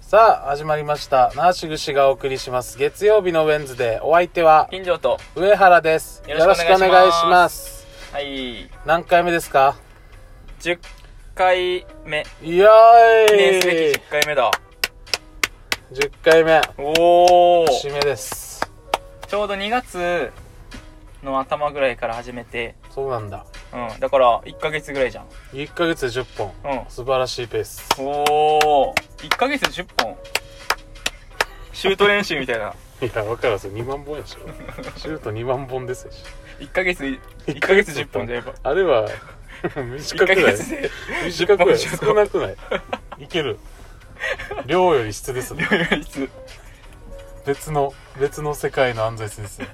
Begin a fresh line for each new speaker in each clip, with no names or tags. さあ、始まりました。ナーシグシがお送りします。月曜日のウェンズデー、お相手は、
金城と
上原です。
よろしくお願いします
よろくお願す
はい
何回目ですか
10回目
イエ
記念すべ
ー
き10回目だ
イ !10 回目、
おお
節目です。
ちょうど2月の頭ぐらいから始めて
そうなんだ。
うんだから1ヶ月ぐらいじゃん
1ヶ月で10本。
うん
素晴らしいペース。
おお1ヶ月で10本シュート練習みたいない
や、わかるわ、それ2万本やでしょ。シュート2万本ですよ。
1ヶ月1ヶ月10本じゃやっぱ
あれ は、
1
短
ヶ
くない
月で
短くない
10
少なくないいける。量より質ですね。
いつ
別の別の世界の安西先生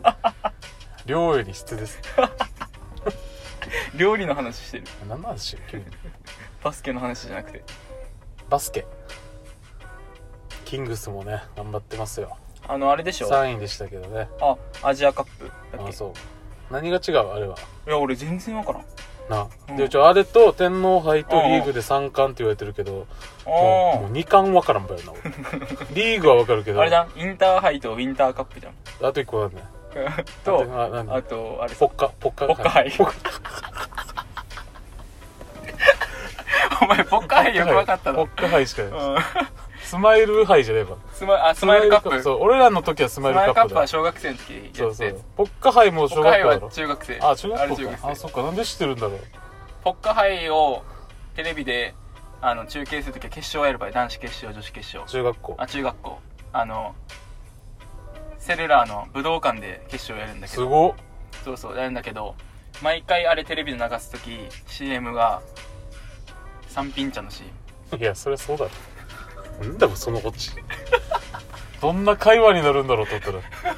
量より質です
料理の話してる
何の話してる急に
バスケの話じゃなくて
バスケキングスもね頑張ってますよ
あのあれでしょ
3位でしたけどね
あアジアカップだ
あ
っけ
そう何が違うあれは
いや俺全然わからん
な、
うん
でうちあれと天皇杯とリーグで3冠って言われてるけどもうも
あ
う2冠分からんば よな俺リーグは分かるけ
あ
ど
あれだインターハイとウィンターカッ プじゃん
あと1個なんだよ
と
あなん
あ
だ
とあれ
ポ
さ
ッカポッカ
ポッカハイお前ポッカハイよくわかったな
ポッカハイしかない
うん
スマイルハイじゃねえば
スマあスマイルカップス
そう俺らの時はスマ
マ
イルカ
イ
ップだ
ルカップは小学生の時に
そ
や
う
っ
そ
たや
う
つ
ポッカハイも
ポ
小
ッカ
学
ハイ
校だ
は
ろ
中学生
あ中学
あれ
校かあ
生
そっかなんで知ってるんだろう
ポッカハイをテレビであの中継する時は決勝やる場合男子決勝女子決勝
中学校
あ中学校あのセレラーの武道館で決勝やるんだけ
す
ど
ごっ
そうそうやるんだけど毎回あれテレビで流す時 CM が三品茶の CM
いやそりゃそうだろなんだもそのオチどんな会話になるんだろうと思った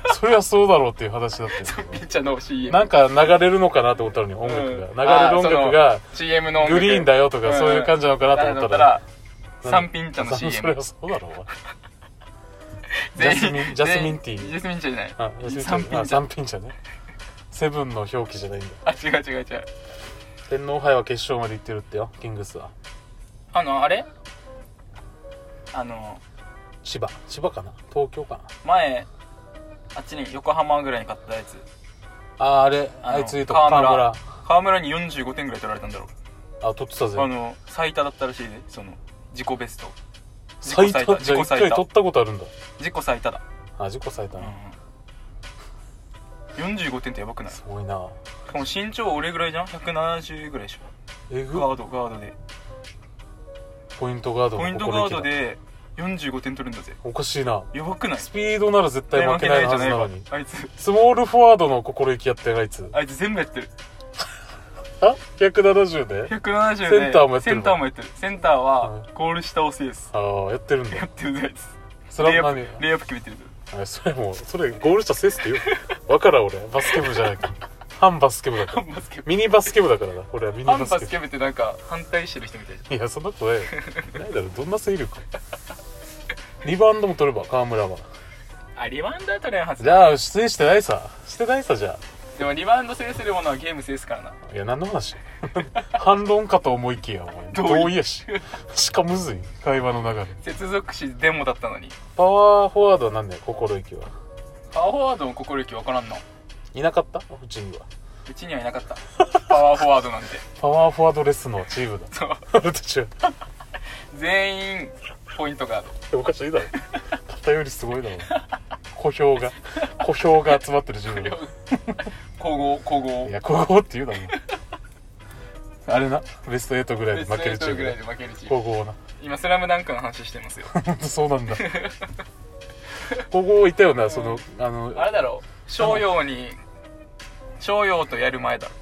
らそりゃそうだろうっていう話だった
三
よ
品茶の CM
なんか流れるのかなと思ったのに音楽が、
うん
流れる音楽が
CM の音
グ
楽
リーンだよとか、
うん
そういう感じなのかなと思ったら
三品茶の
そそり
CM
ゃそうだろうわジ
全
ャ
員
スミンジャスミンティ
全員
ー
ジャスミン茶じゃない
あジャスミ
三
ンティー
品
あ
茶
三品茶ねセブンの表記じゃないんだ
あ違う違う違う
天皇杯は決勝まで行ってるってよキングスは
あのあれあの
千葉千葉かな東京かな
前あっちに横浜ぐらいに買ったやつ
あーあれ
あの
あいついと
川
河
村
村
河村に45点ぐらい取られたんだろ
あ取ってたぜ
あの最多だったらしいでその自己ベスト
最多じ
自
ゃあ
己
一
最
回取
多
ったことあるんだ
自己最多だ、
あ自己最多
う
な、
ん、45点ってやばくない
すごいな
しかも身長俺ぐらいじゃん170ぐらいでし
え
ょ
ぐ
ガードガードで
ポイントガードの
ポイントガードで45点取るんだぜ
おかしいな
やばくない
スピードなら絶対負けないはずなのに
あいつ
スモールフォワードの心意気やってるあいつ
あいつ全部やってる
あ170で
170で
センターもやってる
セ
の
ンターもやってるセンターはゴール下を制す
ああやってるん
や
だ
ってるぜあいつ
そ
レイ
れ
ア
は
ップ
何
レイアップ決めてるぜ
あそれもうそれゴール下セスって言うわからん俺バスケ部じゃないから反バスケ部だか
ハ
ら
ンバスケ部
ミニバスケ部だからな俺はミニ
ハン
バ
バ
ス
ス
ケ
ケ部ってなんか反対してる人みたいじ
部いやそんなことないよないだろどんな勢力リバウンドも取れば河村は
ゃんあリバウンドは取れんはず
じゃ
だ
あ出演してないさしてないさじゃ
でもリバウンド制するものはゲーム制すからな
あいや何の 話反論かと思いきやお前
同意
同意やししかむずい会話の流れ
接続詞デモだったのに
パワーフォワードは何だよ心意気は
パワーフォワードの心意気わからんの
いなかったうちには
うちにはいなかったパワーフォワードなんて
パワーフォワードレスのチームだ
そう
俺たちは
全員ポイントガード
おかしいだろ偏りすごいだろ小票が小票が集まってるチームだ
皇后皇后
いやここって言うだろあれなベスト8ぐらいで
ベスト
負けるチ
8
ーム
ぐ
だ
らいで負けるチーム
高校な
今「スラムダンクの話してますよ
本当そうなんだ ここいたよなその、あ
あ
の
れだろ商用に商用とやる前だろ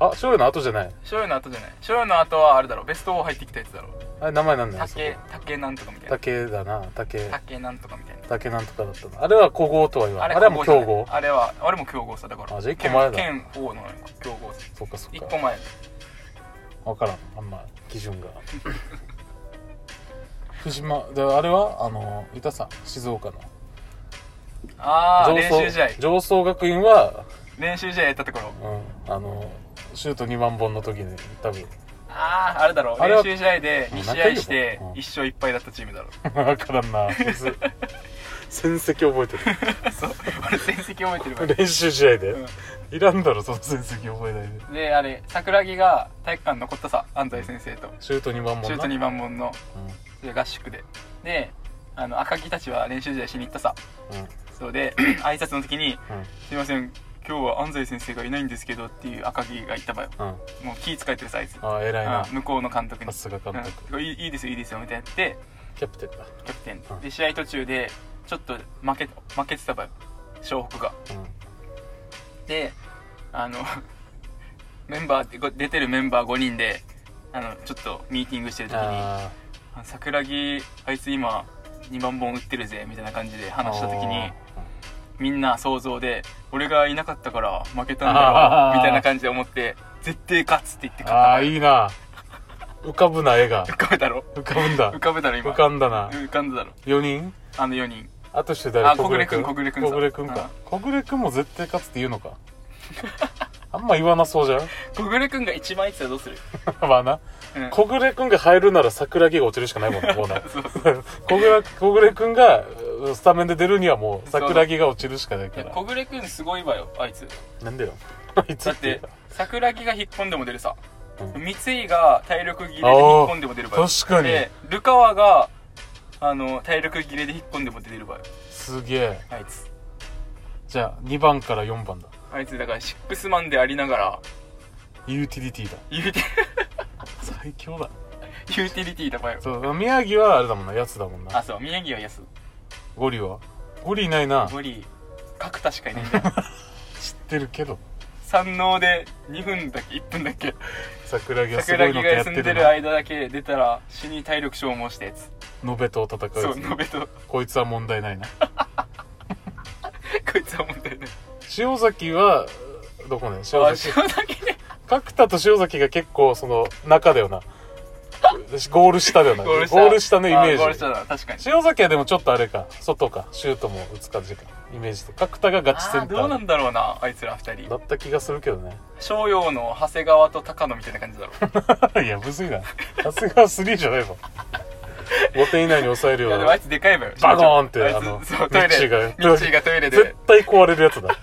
あ勝利の後じゃない
商用の後じゃない商用の後はあれだろベスト4入ってきたやつだろ
あれ名前なんだよそこ
竹竹なんとかみたいな
竹だな竹
竹なんとかみたいな
竹なんとかだったのあれは古豪とは言わないあれはもう
強
強
豪
豪
あれはあれも強豪さだから
あじゃあ一個前だ
県県王の強豪さ
そっかそっ
一
か
個前
分からんあんま基準が 藤間であれはあのいたさ静岡の
ああ練習試合
上層学院は、
練習試合やったところ
うん、あのシュート2万本の時に多分
あああれだろ
あれは
練習試合で2試合して
うん
1勝1敗だったチームだろ
分からんな 実戦績覚えて
そう俺成績覚えてるわ
る 練習試合で、
うん
いらんだろその戦績覚えないで
であれ桜木が体育館残ったさ安西先生と
シュート2番もんな
中途2番門の
う
で合宿でであの赤木たちは練習試合しに行ったさ
んうん
そうで 挨拶の時に「すいません今日は安西先生がいないんですけど」っていう赤木が言った場合
うんうん
もう気使えてるさあいつ、
ああ偉いな
うん向こうの監督に
さすが監督、
うんいいいいですよいいですよみたいなやって
キャプテンだ
キャプテン
うん
で試合途中でちょっと負け負けてた場合湘北がであの メンバーご出てるメンバー5人であのちょっとミーティングしてる
うん
時にあ
あ
「桜木あいつ今2万本打ってるぜ」みたいな感じで
あ
話した時に
あ
みんな想像で「俺がいなかったから負けたんだ
あ
ろ
ー
う」みたいな感じで思って「絶対勝つ」って言って
ー
勝った
あーいいな浮かぶな絵が
浮かべたろ
浮かぶんだ
浮かべたろ今
浮かんだな
浮かんだだろ
4人
あの4人
あとして誰
あ小暮君
小暮君
小
小暮
暮
君
君さ
か小暮君も絶対勝つって言うのか あんま言わなそうじゃん
小暮君が一番いってたらどうする、
まあな
うん
小暮君が入るなら桜木が落ちるしかないもんねもうな
そうそう
小暮小暮君がうんスタメンで出るにはもう桜木が落ちるしかない
い
か
や
ら
小暮君すごいわよあいつ
なんでよ いつ
だって桜木が引っ込んでも出るさ、
う
三井が体力切れで引っ込んでも出る場合
確かに
でルカワがあの体力切れで引っ込んでも出てる場合
すげえ
あいつ
じゃあ2番から4番だ
あいつだからシックスマンでありながら
ユーティリティだ
ユーテ
最強だ
ィ ユーティリティだ場合
そう宮城はあれだもんなやつだもん
あ
な
そう宮城は安
ゴリはゴリいないな
ゴリ角田しかいな いんだよ
知ってるけど
山王で2分だっけ1分だっけ
桜木はすご
桜
い
木
の
が
とやって
休んで
る
る
な
間だけ出たら死に体力消耗したやつ
延べと戦う
そ
や
う
つ
延べと こ
こいつは問題ないない
つは問題ない
塩崎はどこね塩
あ
崎
塩崎ね
角田と塩崎が結構その中だよなゴール下だよな
ゴ
ゴ
ール
ー
下
ル下のイメ
あゴール
ージ
下だ確かに
塩崎はでもちょっとあれか外かシュートも打つ感じかイメージで角田がガチセ
あー
ンタ
どうな
ー
んだろうなあいつら二
だ
人
った気がするけどね
商用の長谷川と高野みたいな感じだろ
いやむずいなさすが3じゃないぞ5点以内に抑える
い
よ
や
う
でもあ
ない
つでかいわよ
バコーンって
あいつ
あの
そうトイレ
ミッチーが
ミッチーがトイレ
絶
で
対壊れるやつだ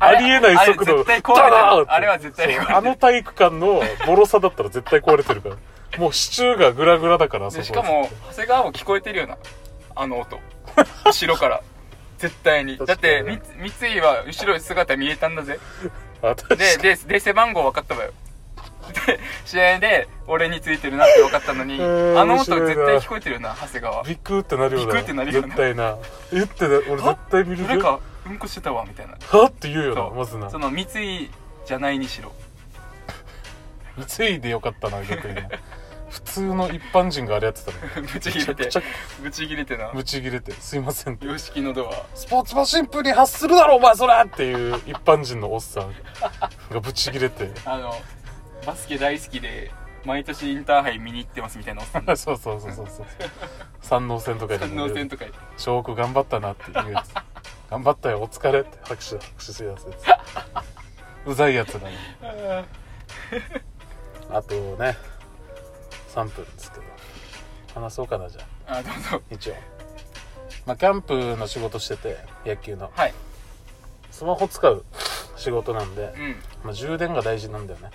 ありえない速度
あれ絶対壊れてる
ダーンって
あれは絶対壊れてる
そうあの体育館のボロさだったら絶対壊れてるからもう支柱がグラグラだからあそ
で
こ
しかも長谷川も聞こえてるよなあの音後ろから絶対にだっ
確か
て
にね
み三井は後ろ姿見えたんだぜ
あ確かに
ででで背番号分かったわよで試合で俺についてるなって分かったのに、
えー
あの音
面白い
絶
な
対聞こえてるよな長谷川
ビクってなるような
ビクってなるよな
絶対なえってな俺絶対見る
誰
よ
かうんこしてたわみたいな
はって言うよな
そう
まずな
その三井じゃないにしろ
ついでよかったな逆にな普通の一般人があれやってた の
ぶち
め
切
ち
れ
ゃく
て
ちゃ
ぶち切れてな
ブチ切れてすいませんって
洋式のドア
スポーツマンシンプルに発するだろお前それっていう一般人のおっさんがブチ切れて
あのバスケ大好きで毎年インターハイ見に行ってますみたいなおっさん
そうそうそうそうそう三能線とか
反
も
応
出
戦
る
とかに
証拠頑張ったなっていうやつ頑張ったよお疲れって拍手拍手するやつですうざいやつだねあとね3分ですけど話そうかなじゃあ
あどうぞ
一応まあキャンプの仕事してて野球の
はい、
スマホ使う仕事なんで
う、ん、うん
まあ、充電が大事なんだよね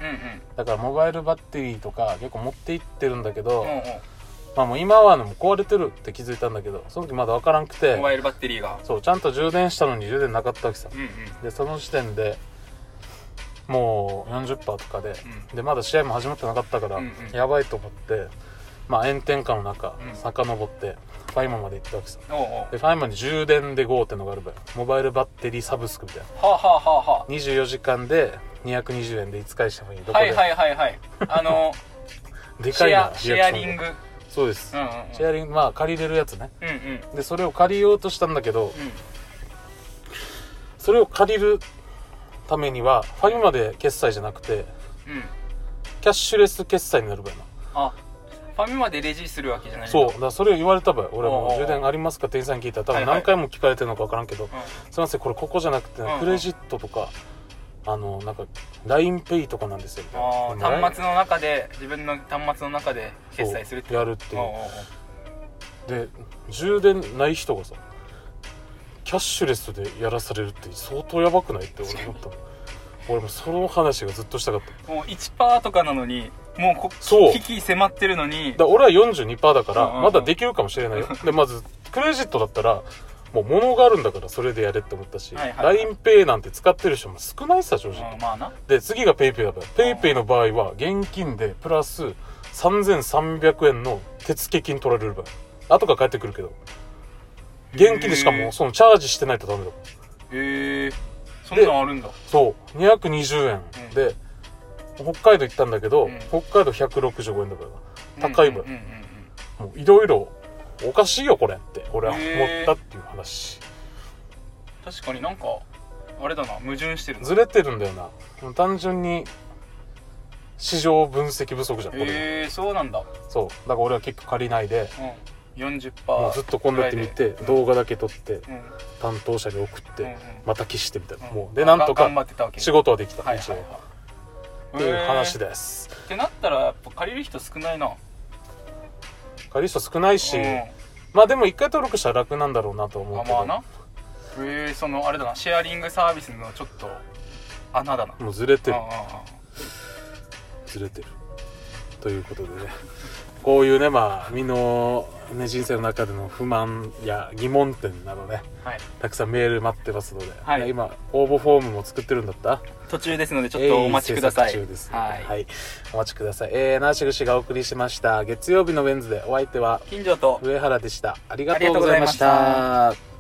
うん
だからモバイルバッテリーとか結構持って行ってるんだけど、
うんうん
まあもう今はねもう壊れてるって気づいたんだけどその時まだ分からんくて
モバイルバッテリーが
そうちゃんと充電したのに充電なかったわけさ
うんうん
でその時点でもう40%とかで、
う
でまだ試合も始まってなかったから、
うんうん
やばいと思ってまあ炎天下の中、
うん
遡ってファイマまで行ったわけさ
おうおう
でファイマに充電で5ってのがあるばよモバイルバッテリーサブスクみたいな
はあ、はあはあは
24時間で220円でいつ返してもいいどこ
あ、は
で、
いはいはいはいあの
で
シ
かい
ェ
な
ア
リ
シ
ア
ェア
クショ
リン
が
グ
そうです、
うんうん
シェアリングまあ借りれるやつね
うんうんうん
でそれを借りようとしたんだけどそれを借りるためにはファミマで決済じゃなくて
うんうん
キャッシュレス決済になる場合な
あファミマでレジするわけじゃないんだ
そうだからそれを言われた場合俺も
おー
充電ありますか店員さんに聞いたら多
は
分
いはい
何回も聞かれてるのか分からんけど、
う
すいませんこれここじゃなくて
うんうん
クレジットとかあのなんか LINEPay とかなんですよ
あ
みたい
あ
な
端末の中で自分の端末の中で決済するって
そうやるっていう
おうおう
で充電ない人がさキャッシュレスでやらされるって相当やばくないって俺思った俺もその話がずっとしたかっただか
おうもう1%とかなのにもうこ
そう
危機迫ってるのに
ら俺は42%だか
うんうんう
ら
ん
まだできるかもしれ ないよでまずクレジットだったらもう物があるんだからそれでやれって思ったし
はい
l
はいはい
i n e イなんて使ってる人も少ないさ正直
まあまあな
で次が PayPay だから PayPay の場合は現金でプラス3300円の手付金取られる場合後から返ってくるけど現金でしか
へ
も
ー
そのチャージしてないとダメだ
へえそんなんあるんだ
そう220円、
うん
で北海道行ったんだけど、
うん
北海道165円だから高い分、
うんうんうん
もういろいろおかしいよこれって俺は思
へー
ったっていう話
うん確かになんかあれだな矛盾してるな
ずれてるんだよなもう単純に市場分析不足じゃんこれ、
へえそうなんだ、う
そうだから俺は結構借りないで
ん、
もう
40%
ずっとこんなやって見て
うん
動画だけ撮って
うんうん
担当者に送って、
うん
また消してみたいな、
うん
もうでなんと
頑
か
張ってたわけ
仕事はできた、
はい
一
は
応
い、
っていう話
で
です
ってなったらやっぱ借りる人少ないな
借りる人少ないし、
うん
まあでも一回登録したら楽なんだろうなと思う
あ
けど、
まあなえー、そのあれだなシェアリングサービスのちょっと穴だな
もうずれてる
うんうんうん
ずれてるということでねこういうねまあ身の、ね、人生の中での不満や疑問点などね
はい
たくさんメール待ってますので、
はい
ね今応募フォームも作ってるんだった
途中ですのでちょっとお待ちください、
鋭意制作中です
はい、
はい、お待ちくださいえー、ナーシグ氏がお送りしました月曜日のウェンズでお相手は
近所と
上原でしたありが
あり
と
が
う
とう
ご
ご
ざ
ざ
い
い
ま
ま
し
したた